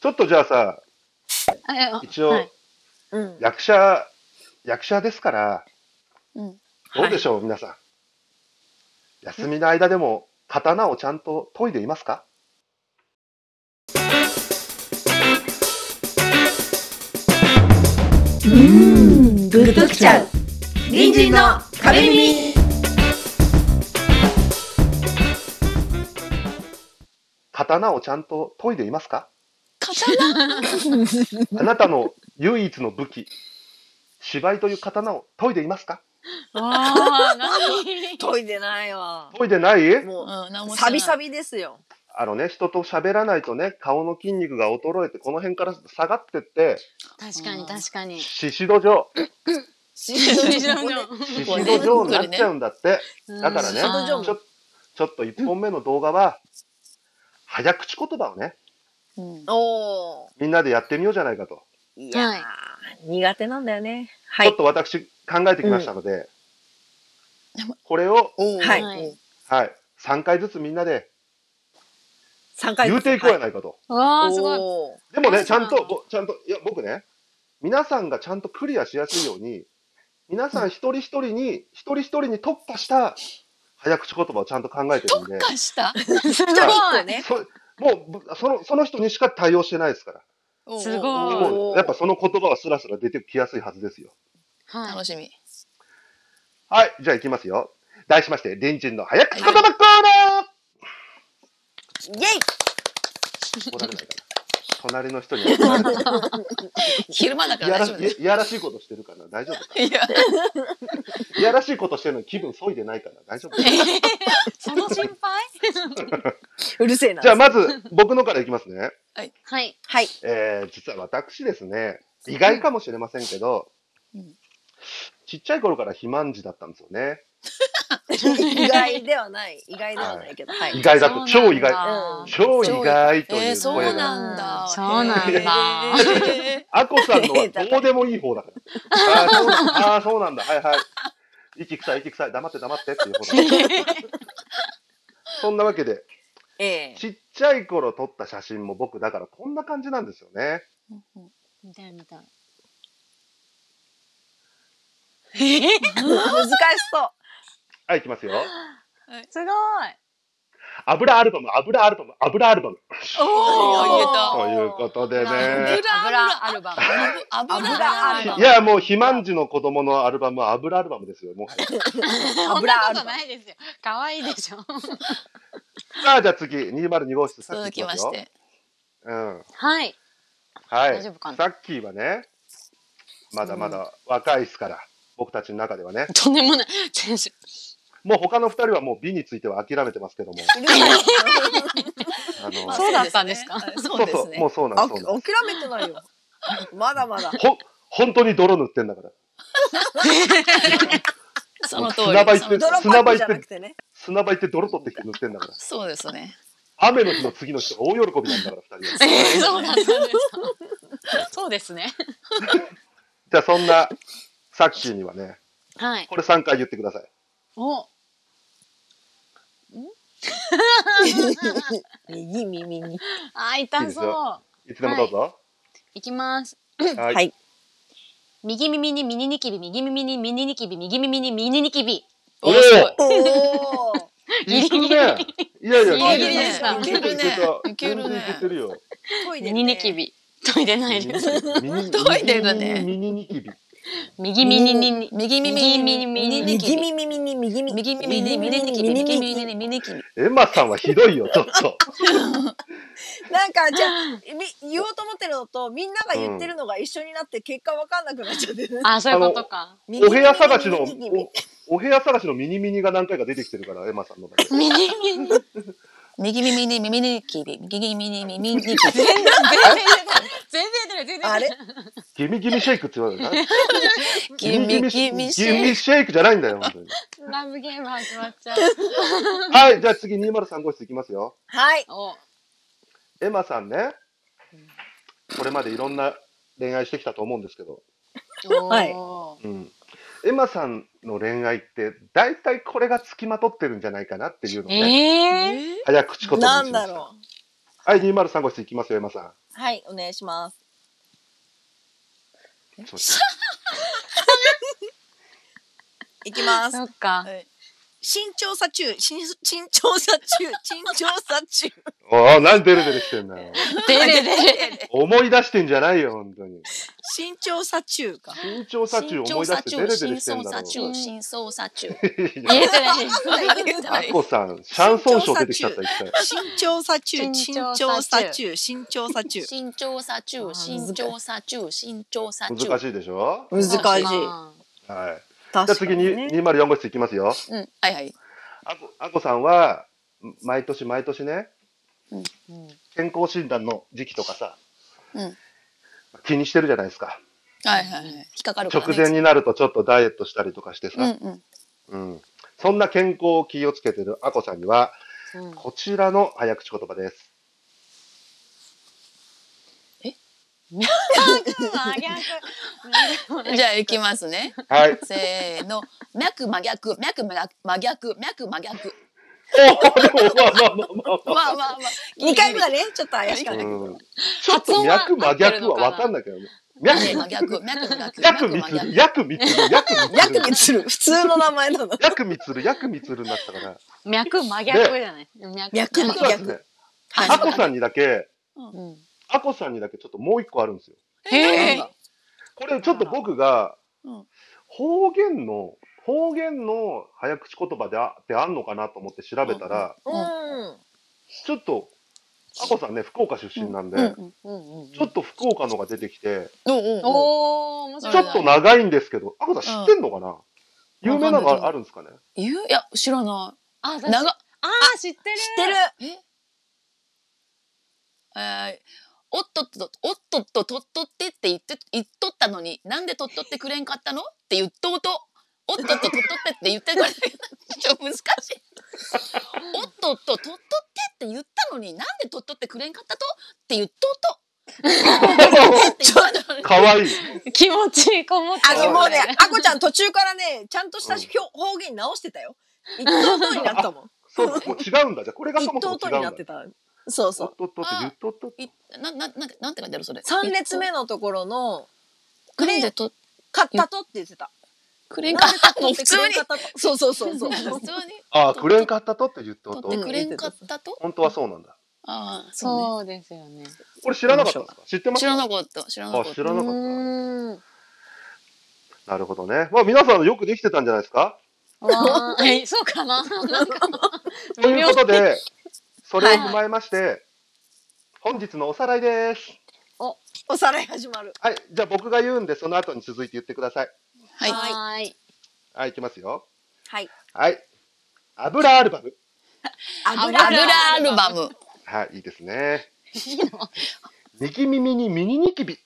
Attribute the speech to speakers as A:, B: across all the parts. A: ちょっとじゃあさ、
B: あえあ
A: 一応、
B: はい
C: うん。
A: 役者、役者ですから、
B: うん、
A: どうでしょう、皆さん。休みの間でも、刀をちゃんと研いでいますか
C: うん。
D: グッときちゃう。
C: 隣人の壁耳。
A: 刀をちゃんと研いでいますか
B: 刀
A: あなたの唯一の武器、芝居という刀を研いでいますか
B: わあ、何
C: 研いでないわ。
A: 研いでない
C: も
B: うん、
C: う、
B: 何も
C: サビサ
B: ビ。
C: ビですよ。
A: あのね、人と喋らないとね、顔の筋肉が衰えて、この辺から下がってって、
D: 確かに確かに。
A: 獅子土 壌、
C: シ
B: シシド
C: こ
B: 状
A: 獅子土壌になっちゃうんだって。 だからね
C: シド状
A: ちょちょっと1本目の動画は、早口言葉をね、
B: うん
C: れ お
A: みんなでやってみようじゃないかと。
C: ー。いやー
D: はい、
C: 苦手なんだよね。は
A: ちょっ
C: い。
A: と私考えてきましたので、
B: でも
A: これを、
C: おーは
D: はいい。
A: はい、3回ずつみんなで
C: 三回。
A: 言うていこうやないかと。
B: わあ、すごい。
C: ごい。
A: でもね、
B: あ
A: ちゃん
B: そ
A: と、
B: う
A: ぼちゃんと、いや、僕ね、皆さんがちゃんとクリアしやすいように、皆さん一人一人に、一人一人に特化した早口言葉をちゃんと考えてるんで、
B: 化した。
C: 一人一個ね。
A: そもうぶそのその人にしか対応してないですから、
B: す
C: お
B: ごい。
A: もうやっぱその言葉はスラスラ出てきやすいはずですよ。
D: は
B: 楽しみ。
A: はい、じゃあ行きますよ。題しまして、隣人の早口言葉コーナー、
C: イェイ
A: 怒られないかな。隣の人に怒られない
B: 昼間だか
A: いや
B: ら
A: ら
B: 大
A: し
B: 丈夫です。
A: いやらしいことしてるから大丈夫か
B: いや、
A: いやらしいことしてるのに気分そいでないから大丈夫
B: その心配
C: うるせえな。
A: じゃあまず僕のからいきますね、
D: はい。
C: はい。
A: えー、実は私ですね意外かもしれませんけど、
B: うん
A: ちっちゃい頃から肥満児だったんですよね
C: 意外ではない。意外ではないけど。はい
A: 意。外だと超意外
C: だ
A: 超意外と
B: え
A: い
B: ー、
A: う
B: そう
A: 声が、
B: なんだ。
D: そうなんだ
B: へー。
A: あこさんの はどうでもいい方だからあーそうなんあーそうなんだはいはい息臭い息臭い黙って黙ってっていう方だから そんなわけで
C: ええ。
A: ちっちゃい頃撮った写真も僕だからこんな感じなんですよね
D: みたいみたい。
C: 難しそ
A: はい、いきますよ。
D: すごい。
A: 油アルバム、油アルバム、油アルバム。
B: おー、言えた。
A: ということで
B: 油
A: ね。
B: 油アルバム。油
C: 油アルバ
A: い
C: ム
A: や、もう、肥満児の子供のアルバムは油アルバムですよ、もはや。
D: そんなことないですよ。可愛いでしょ。
A: さあ、じゃあ次、202号室、さっ
B: 続
A: き
B: き
A: 行きま
B: ま
A: よ
B: すし。て。
A: うん。
D: はい。
A: は
D: 大
A: い。
D: 丈
A: さ
D: 夫かな
A: っきはね、まだまだ若いですから、僕たちの中ではね。
D: とんでもない。先生。
A: もう他の2人はもう美については諦めてますけども。
C: う。いる よ
A: あの
D: そうだったんですか
B: はいそ
A: そうう
B: です
A: そう、
B: ね
A: も。うそうなん
C: あ
A: です。
C: 諦
A: そうなんです
C: めてないよ。まだまだ。
A: ほん、本当に泥塗ってんだから。
B: その通
A: 砂場行って。
B: り
C: 泥パックじゃなくてね。
A: 砂場行って泥取ってきて塗ってんだから。
B: そうですね。
A: 雨の日の次の人が大喜びなんだから、2人は。
D: えー、 そうなんですか。そうですね。
A: じゃあそんなさっきにはね、
D: はい。
A: これ3回言ってください。
D: お。
C: 右耳に。
D: あ、
A: いい
D: 痛
A: です
D: そう。
A: いつでもどうぞ。
D: いきます。
A: はいい。
D: 右耳にミニニキビ、右耳にミニニキビ、右耳にミニニキビ。
A: おお
B: 面白い。
C: おお。
A: いくね。いやいや、
D: ギリギリでした
A: いけるいける
B: いけるね
A: 全然いけてるよ。
C: トイレ
D: ミニ
C: ね
D: ニキ。ビ。研いでないです。
A: ミニ
B: 研いでるね
A: ミニニキビ。
D: 右耳にニ
B: 右耳
D: 右
B: に
D: 耳にミニニキビ。
C: 右耳に右耳
D: 右耳にミニニキビ、右耳にミニニキビ。
A: エマさんはひど いよ、ちょっと。
C: なんかじゃあみ言おうと思ってるのとみんなが言ってるのが一緒になって結果わかんなくなっちゃってる。
D: あ、そういうことか。
C: 右
A: お
C: 耳
A: 部屋探しの、
C: 右耳
A: おお部屋探しのミニミニが何回か出てきてるから、エマさんのだけ。
D: ミニミニ。
B: 右耳に耳にキビ、右耳に耳にキビ。
D: 全然、全然出ない。全然出ない。全然出ない。
C: あれ
A: ギミギミシェイクって言われるな。
B: ギミギミシェイク
A: ギミシェイクじゃないんだよ、本当に。
D: ラブゲーム始まっちゃう。
A: はい、じゃあ次203号室いきますよ。
C: はい。
D: お。
A: エマさんね、これまでいろんな恋愛してきたと思うんですけど、
C: はい
D: おー
A: うん、エマさんの恋愛って大体これがつきまとってるんじゃないかなっていうのをね、
D: ええ。
A: 早口言葉にしま
C: な
A: した
C: んだろ
A: はい、203号室いきますよ、エマさん。
C: はい、お願いします。
A: ちょっと待って
C: いきます。
D: そっか。
C: 身長差中、身身長差中、身長差中。
A: おー、なんでデレデレしてんだよ。
D: デレデレ。
A: 思い出してんじゃないよ、本当に。
C: 身長差中か。
A: 身長差中思い出してデレデレしてんだろ
D: う
B: 真相差 中。
A: う。いや
D: 言えてない。
A: アッコさん、シャンソン賞出てきちゃった、一回。
C: 身長差中、身
D: 身
C: 長
D: 長
C: 差
D: 差
C: 中、身長差中。
B: 身長差中、身長差中、身長差中。
A: 難しいでしょ
C: 難しい。
D: あ
A: はい。
C: 確
A: じゃあ
C: か
A: 次に
C: にね
A: 204号室いきますよ。
B: うん、はいはい。
A: あこあこさんは、毎年毎年ね、
D: ーうん
A: 健康診断の時期とかさ、
B: うん
A: 気にしてるじゃないですか。
B: はいはいはい。引っかかるから、
A: 直
B: ね。
A: 前になるとちょっとダイエットしたりとかして
B: う
A: さ、
B: んうん。
A: うんそんな健康を気をつけてるあこさんには、
D: うん
A: こちらの早口言葉です。
D: 真逆。
B: じゃあ行きますね。
A: はい。
B: せーの。脈真逆、脈真逆、真逆、脈真逆。まあまあまあ。
C: 二回目がね、ちょっと怪しかっ
A: う
C: た。
A: んちょっと脈真逆は分かんないけどね。脈
B: 脈真逆、脈真逆。
A: 約
B: 脈
A: み
B: 真
A: つる、
B: 逆。
A: 約みつる、約み
C: ヤ
A: つ
C: ク
A: る
C: ミ、ツル、普通の名前なの。
A: 約みつる、約みつるになったから。
D: 脈真逆じゃない。脈
C: 脈真
A: 実はで
C: 逆
A: すね、
C: はい
A: あこさんにだけ、
D: うん
A: あこさんにだけちょっともう一個あるんですよ。
D: へえ。
A: これちょっと僕が
B: うん、
A: 方言の、方言の早口言葉であってあんのかなと思って調べたら、
C: うん。
A: ちょっと、あこさんね、福岡出身なんで、
B: うんうん
D: うんうん
A: ちょっと福岡のが出てきて、
B: おお
D: おお面
A: ち
D: 白い。
A: ょっと長いんですけど、あこさん知ってんのかな、有名なの
B: わかんない
A: があるんですかね
B: 言ういや、知らな
D: あ私
B: い。長っ
D: あー知ってる。
C: 知ってる。
B: えーおっとっと、おっとっと、とっとってって言って、言っとったのに、なんでとっとってくれんかったのって言っとうと、おっとっと、とっとってって言ってくれん ちょっと難しい。おっとっと、とっとってって言ったのに、なんでとっとってくれんかったとって言っとうと。ちょっ と
A: かわいい。
D: 気持ちいいこもって
C: あ
D: る
C: のもうね、あこちゃん途中からね、ちゃんとした表方言直してたよ。一等等になったもん。
A: そうだ、もう違うんだ。じゃあこれが
C: 一
A: そもそ
C: 等
A: も違う
C: 等に
A: ん
C: な
A: だ
C: っ。てた。そうそ
A: おっ
C: う。
A: とっとって言っとっとって。
B: いな、な、なんかなんて書いてあるそれ。
C: 三列目のところの、
B: くれんでと、
C: 買ったとって言ってた。
B: くれんかった
C: も
B: の
C: う
B: 普
C: 普
B: 通
C: 通
B: に
C: に。。そうそうそうそう。
B: 普通に。
A: ああ、くれんかったとって言っとっ
B: と
A: と
B: っ。てくれんかったと。
A: 本当はそうなんだ。
B: ああ、そうね。
D: そうですよね。
A: これ知らなかったんですか知ってま
B: 知
A: す
B: らなかった。知らな
A: あ、
B: かっ
A: 知
B: た。
A: らなか
D: う
A: っ
D: ーん。
A: た。なるほどね。まあ皆さんよくできてたんじゃないですか
D: わーえ そうかな。なんか
A: ということで、それを
B: はいはい
A: 踏まえまして、本日のおさらいです。
C: おさらい始まる。
A: はい、じゃあ僕が言うんで、その後に続いて言ってください。
B: はい。
D: はーい。
A: はい、いきますよ。
C: はい。
A: はい。油アルバム。
B: 油
D: 油
B: アルバム。
A: はい、いいですね。右耳にミニニキビ。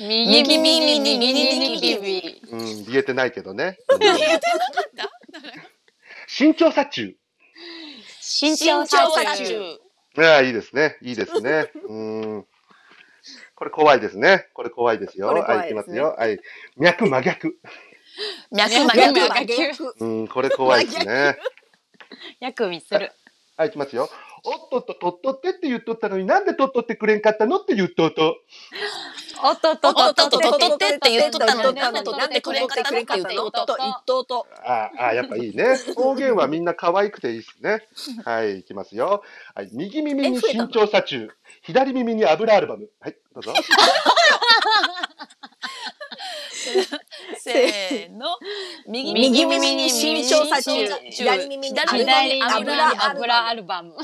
D: 右
B: 右
D: 耳
B: 耳
D: に
B: に
D: 右
B: 右
D: に
B: に
D: キ
B: キ
D: ビ。
A: うん、言えてないけど ね。うん身長差中。
D: 身
B: 身長
D: 長差
B: 差
D: 中。
B: 中。
A: ああ、いいですね。いいですね。うーん。これ怖いですね。これ怖いですよ。
C: これ怖
A: はいい、い
C: で
A: きますす
C: ね
A: よ。はい。脈真逆。
B: 脈
D: 脈
B: 真
D: 真
B: 逆。
D: 逆
A: うーん、これ怖いですね。
D: 薬味する。
A: はい、いきますよ。おっとっと、とっとってって言っとったのになんでとっとってくれんかったのって言っとうと。
D: おっとっと
B: お
D: っと
B: っ
D: っと
B: とっと
D: っと
B: とってって言っとったのに、
D: な
B: なん
D: で
B: んで
D: と
B: と
D: っとっ
B: っとってて
D: く
B: く
D: れ
B: れ
D: ん
B: ん
D: かっ
B: かったた
D: の
B: の
D: っ
B: って
D: 言
B: て言
D: っ
B: ってて
D: おっと
B: おっと
D: っと
B: と。
A: ああ、ああ、やっぱいいね。方言はみんな可愛くていいですね。はい、いきますよ。はい、右耳に身長差中。左耳に油アルバム。はい、どうぞ。
B: せーの。右
D: 右
B: 耳
D: 耳に
B: に
D: 身
B: 身
D: 長
B: 長
D: 差
B: 差
D: 中
B: 中。
C: 左耳に
B: 左
D: 左
B: 耳
D: に
B: に
D: 油
B: 油
D: 油
C: 油
D: アルバム。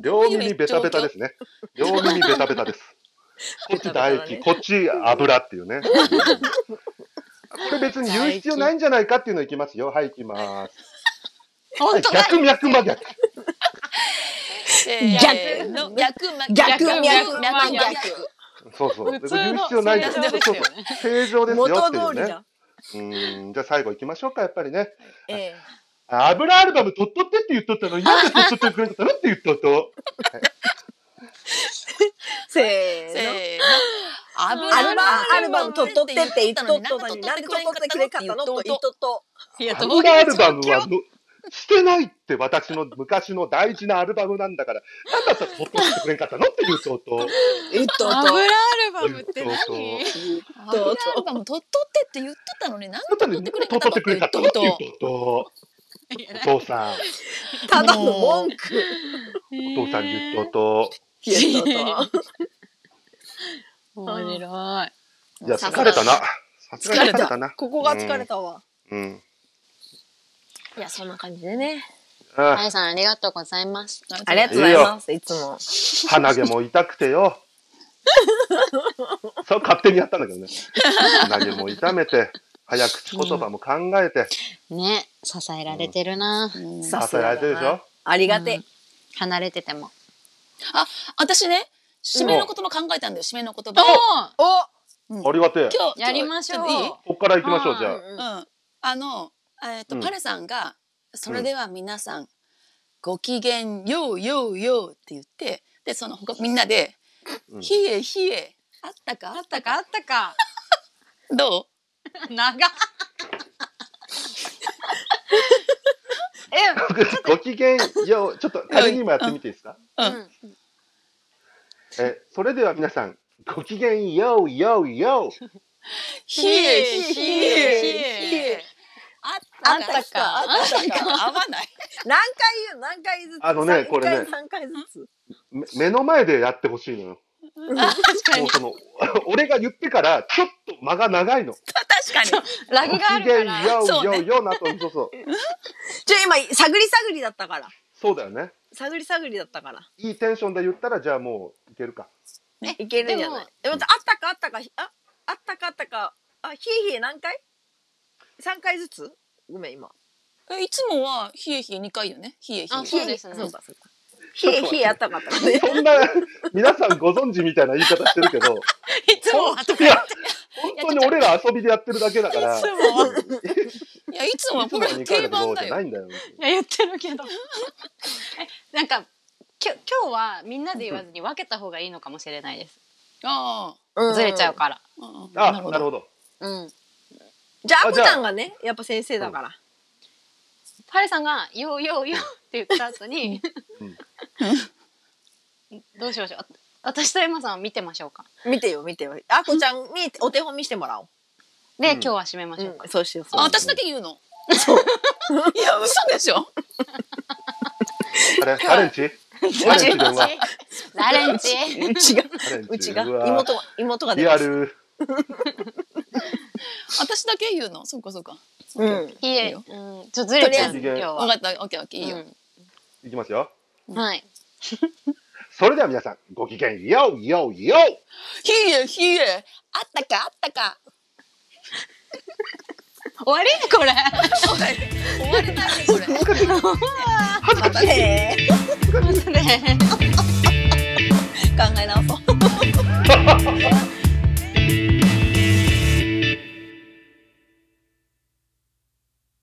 A: 両耳ベタベタですね。両耳ベタベタです。こっち唾液、こっち油っていうね。これ別に言う必要ないんじゃないかっていうのいきますよ。はい、いきます。
D: 本当だ。
A: 逆脈真逆。
B: せーの。逆真
D: 脈
C: 逆
B: 脈
D: 真
B: 真
D: 逆
B: 逆。
A: そうそう。
D: 普
A: 別
D: 通
A: に言う
D: の
A: 必要ないんです
B: 正常で
A: そうそう正常で
B: すよね
A: すよ
C: 元
A: ってい
C: 通
A: う
C: りじ
A: ね
C: ゃ。ん。
A: うん、じゃあ最後いきましょうか、やっぱりね。
C: ええ。
A: 油アルバム取っとってって言っとったのに、なんで取っとってくれんかったのって言っとっと。
C: せーの。
B: せーの。アル
C: アルバアルバムとっとってって言っとったのに、なんでとっとってくれんかったのと言っとっと。
D: いやどう
A: 油アルバムはのしてないって私の昔の大事なアルバムなんだから、なんだったらとっとってくれんかったのっていう相当。
C: うっ
D: 油
C: とう
D: ア
C: と。
D: ルバムって
A: そうそう
D: 何
B: アルバム取っとってって言ってたのになんで取っとってくれんかっ
A: と
B: た
A: っ
B: の
A: てくれんかったの
B: 言
A: っ
B: ってと
A: いう
B: と
A: と
D: いや
A: お父さん、
C: ただの文句。
A: お父さん言っと
C: 言っとうと。
D: 面白い。
A: と。いや、疲れたな。さすがに疲れたな。
C: ここが疲れたわ。
A: うん。
D: いや、そんな感じでね。あ
A: あ
D: やさん、ありがとうございます。
C: ありがとうございます。いつも。
A: あ鼻毛も痛くて よ。そう、勝手にやったんだけどね。鼻毛も痛めて、早口言葉も考えて、
D: ね、支えられてるな。
B: うん
C: さ
A: 支
C: す
A: え
C: が
A: られ
C: だな
A: てるでしょ。
C: ありがてえ。
D: 離れてても。
B: 私ね締めの言葉考えたんだよ締めの言
D: お
B: 葉を
C: お
A: ありがてえ。
B: 今日
D: やりましょう
B: ちっといい
A: ここから行きましょう、じ
C: う
A: ゃ
C: んうん
B: うんあの、えっと
A: うん
B: パレさんが「それでは皆さん、ごきげんようようよう」って言ってでその他みんなで
A: う
B: 「
A: ん
B: ひえひえあったかあったか
D: あったか。
B: どう?
D: 長っ。
A: あ。 ご機嫌よう、ちょっと仮にもやってみていいですか。
B: うん
D: うん
A: え、それでは皆さん、ご機嫌ようようよう。
B: ひえひえ
D: ひえ
B: ひえあったかあったか合わない
C: 何回言う何回ずつ
A: あのね
C: さ一回
A: これね
C: 何回ずつ
A: め目の前でやってほしいのよ。
D: 確か
A: もう
D: に。
A: その、 俺が言ってから、ちょっと間が長いの。
B: 確かに
D: ラ
A: ご
D: グがあ
A: 機
D: る
A: 嫌
D: から。
A: よ
B: そうう
A: よ
B: ね
A: うようなと、そうそう。
C: ちょ今探り探りだったから
A: そうだよね。
C: 探り探りだったから
A: いいテンションで言ったら、じゃあもういけるか。
C: いけるんじゃないでもあったかあったかああったかあったかあひえひえ何回三回ずつごめん今
B: えいつもはひえひえ二回よねひえひ
D: あ
B: え
D: そうですね
C: そうかそうかひえひえあったかあったかね
A: そんな、皆さんご存知みたいな言い方してるけど、
D: いつも。
A: いや、本当に俺ら遊びでやってるだけだから、い
B: いやいつもは
A: つ
B: こ
A: も
B: れ
A: は2回
B: 定
A: だけど
B: 番
A: じ
B: だ
A: ゃない
B: よ
A: んだよ。
D: いや言ってるけど えなんかきょ今日はみんなで言わずに分けた方がいいのかもしれないです、
B: あ
D: ずれちゃうから
B: あうん
A: あ、
B: なるほ
A: なる
B: ど
A: ほど。
D: うん
C: じゃあ
A: あ
C: あこ
A: じゃ
C: ち
A: あ
C: ゃんがねやっぱ先生だから
D: パレさんが「ようようよう」って言った後に
A: うん
D: どうしましょうあ私とエマさんを見てましょうか
C: 見てよ見てよあこちゃんにお手本見してもらおう
D: で、
A: うん
D: 今日は締めましょうか、
C: そうしようそう
B: あ私だけ言うのいや嘘でしょ
A: あれ、ハレンチハレンチ電話。
D: ラレンチ
C: うちが
A: ハレンチ
C: うちが
A: わ
C: 妹が妹が出
A: リ
C: ま
A: ア
C: した
A: ル。
B: 私だけ言うのそうかそうか
C: うん
D: いえ、
B: いい
D: うん
B: よ、
D: ちょっとずれちゃう
A: と
D: 今
A: りあえず
D: 日は
B: 分かったオッケーオッケーいいよ
A: いきますよ。
D: うんはい
A: それでは皆さん、ご機嫌ようようよ
B: ひえひえあったかあったか
D: 終わりこれ
B: 終わりだねこれ
C: またね
D: またね
C: 考え直そう